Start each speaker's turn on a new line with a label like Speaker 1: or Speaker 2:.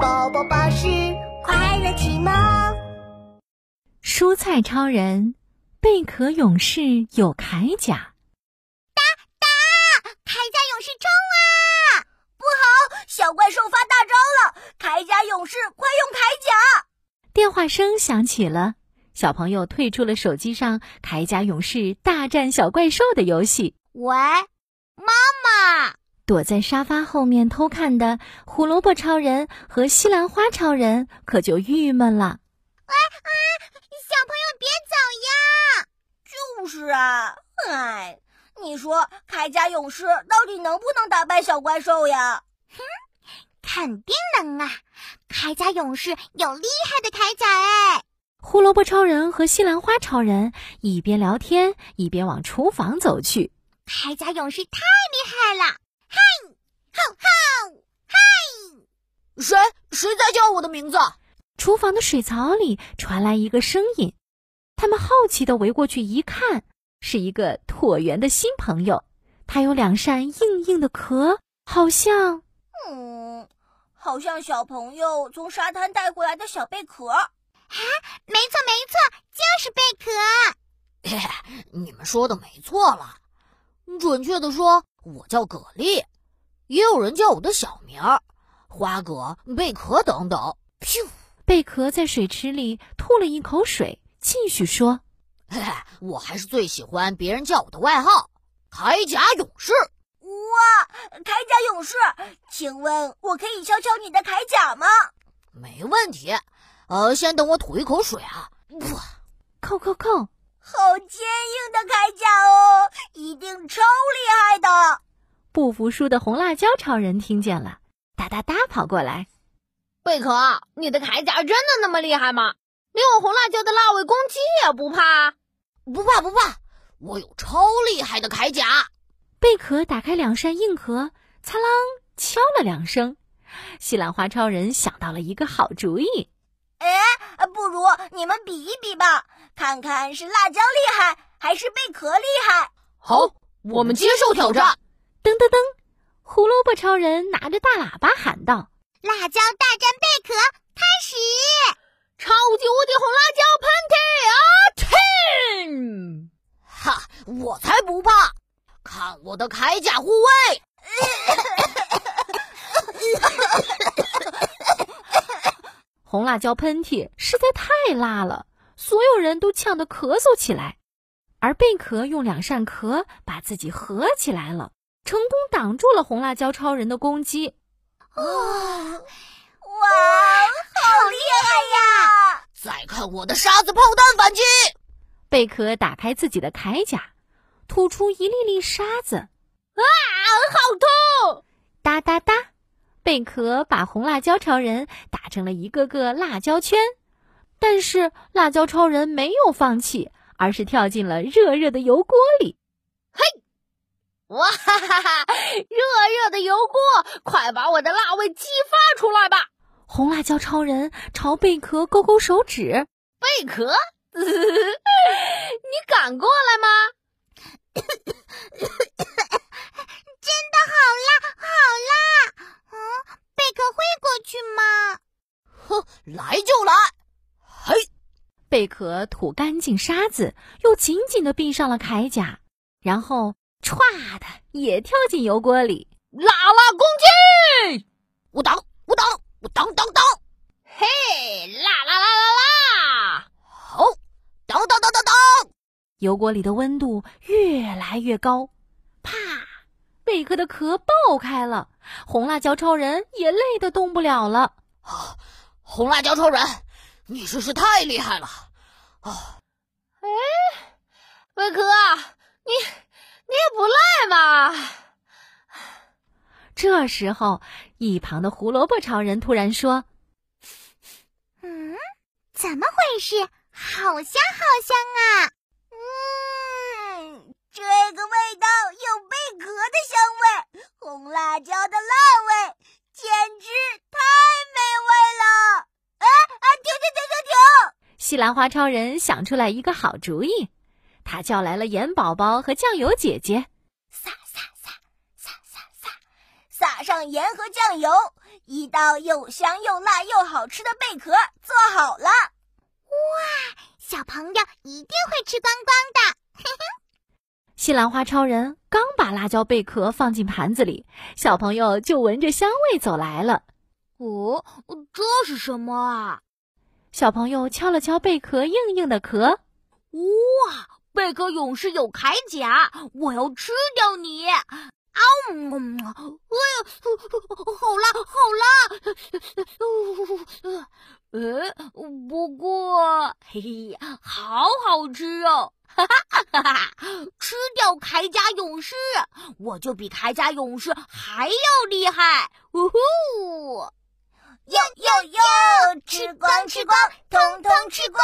Speaker 1: 宝宝巴士快乐启蒙。
Speaker 2: 蔬菜超人，贝壳勇士有铠甲，
Speaker 1: 铠甲勇士冲啊！不好，小怪兽发大招了！铠甲勇士，快用铠甲！
Speaker 2: 电话声响起了。小朋友退出了手机上《铠甲勇士大战小怪兽》的游戏，
Speaker 1: 喂，妈妈，
Speaker 2: 躲在沙发后面偷看的胡萝卜超人和西兰花超人可就郁闷了。
Speaker 1: 小朋友别走呀！就是啊，哎，你说铠甲勇士到底能不能打败小怪兽呀？
Speaker 3: 肯定能啊！铠甲勇士有厉害的铠甲哎，
Speaker 2: 胡萝卜超人和西兰花超人一边聊天一边往厨房走去。
Speaker 3: 铠甲勇士太厉害了！
Speaker 1: 谁谁在叫我的名字？
Speaker 2: 厨房的水槽里传来一个声音，他们好奇地围过去一看，是一个椭圆的新朋友。它有两扇硬硬的壳，好像……
Speaker 1: 嗯，好像小朋友从沙滩带回来的小贝壳。
Speaker 4: 啊
Speaker 3: 没错没错，就是贝壳。
Speaker 4: 你们说的没错了，准确的说，我叫蛤蜊，也有人叫我的小名儿花蛤、贝壳等等。噗，
Speaker 2: 贝壳在水池里吐了一口水，继续说
Speaker 4: 嘿嘿， 我还是最喜欢别人叫我的外号——铠甲勇士。
Speaker 1: 铠甲勇士，请问我可以敲敲你的铠甲吗？
Speaker 4: 没问题，呃，先等我吐一口水啊。哇，：“
Speaker 2: 扣扣扣
Speaker 1: 好坚硬的铠甲哦，一定超厉害的！！”
Speaker 2: 不服输的红辣椒超人听见了，哒哒哒跑过来。
Speaker 5: 贝壳，你的铠甲真的那么厉害吗？连我红辣椒的辣味攻击也不怕？
Speaker 4: 不怕不怕，我有超厉害的铠甲。
Speaker 2: 贝壳打开两扇硬壳，擦啷敲了两声。西兰花超人想到了一个好主意，
Speaker 1: 呃不如你们比一比吧，看看是辣椒厉害还是贝壳厉害。
Speaker 4: 好，我们接受挑战。
Speaker 2: 噔噔噔，胡萝卜超人拿着大喇叭喊道
Speaker 3: 辣椒大战贝壳开始！
Speaker 5: 超级无敌红辣椒喷嚏啊！停！
Speaker 4: 哈，我才不怕！看我的铠甲护卫！
Speaker 2: 红辣椒喷嚏实在太辣了，所有人都呛得咳嗽起来。而贝壳用两扇壳把自己合起来了，成功挡住了红辣椒超人的攻击。
Speaker 3: 哦，
Speaker 1: 哇，好厉害呀！
Speaker 4: 再看我的沙子炮弹反击！
Speaker 2: 贝壳打开自己的铠甲，吐出一粒粒沙子，
Speaker 5: 好痛！
Speaker 2: 哒哒哒！贝壳把红辣椒超人打成了一个个辣椒圈，但是辣椒超人没有放弃，而是跳进了热热的油锅里。
Speaker 5: 哇哈哈哈！热热的油锅，快把我的辣味激发出来吧！
Speaker 2: 红辣椒超人朝贝壳勾勾手指，
Speaker 5: 贝 壳，你敢过来吗？
Speaker 3: 嗯贝壳会过去吗？
Speaker 4: 哼，来就来！嘿，
Speaker 2: 贝壳吐干净沙子，又紧紧地闭上了铠甲，然后歘的也跳进油锅里。
Speaker 5: 辣辣攻击！
Speaker 4: 我挡，我挡，我挡挡挡！
Speaker 5: 嘿，辣辣辣辣辣！
Speaker 4: 好，挡挡挡挡挡！
Speaker 2: 油锅里的温度越来越高，啪！贝壳的壳爆开了，红辣椒超人也累得动不了了。
Speaker 4: 红辣椒超人，你真是太厉害了！
Speaker 5: 贝壳，你你也不赖嘛！
Speaker 2: 这时候，一旁的胡萝卜超人突然说
Speaker 3: 嗯，怎么回事？好香好香啊！
Speaker 1: 嗯，这个味道有贝壳的香味，红辣椒的辣味，简直太美味了！哎哎，停停停停停！：“
Speaker 2: 西兰花超人想出来一个好主意。”他叫来了盐宝宝和酱油姐姐。
Speaker 1: 撒撒撒撒撒撒，撒上盐和酱油，一道又香又辣又好吃的贝壳做好了。
Speaker 3: 小朋友一定会吃光光的。
Speaker 2: 西兰花超人刚把辣椒贝壳放进盘子里，小朋友就闻着香味走来了。
Speaker 3: 哦，这是什么啊？
Speaker 2: 小朋友敲了敲贝壳硬硬的壳，
Speaker 3: 哇，贝壳勇士有铠甲，我要吃掉你！啊、嗯，哎呀，好辣，好辣！呃，不过，嘿嘿，好好吃哦！ 哈哈哈哈！吃掉铠甲勇士，我就比铠甲勇士还要厉害！呜呼！
Speaker 1: 哟哟哟，吃光吃光，通通吃光！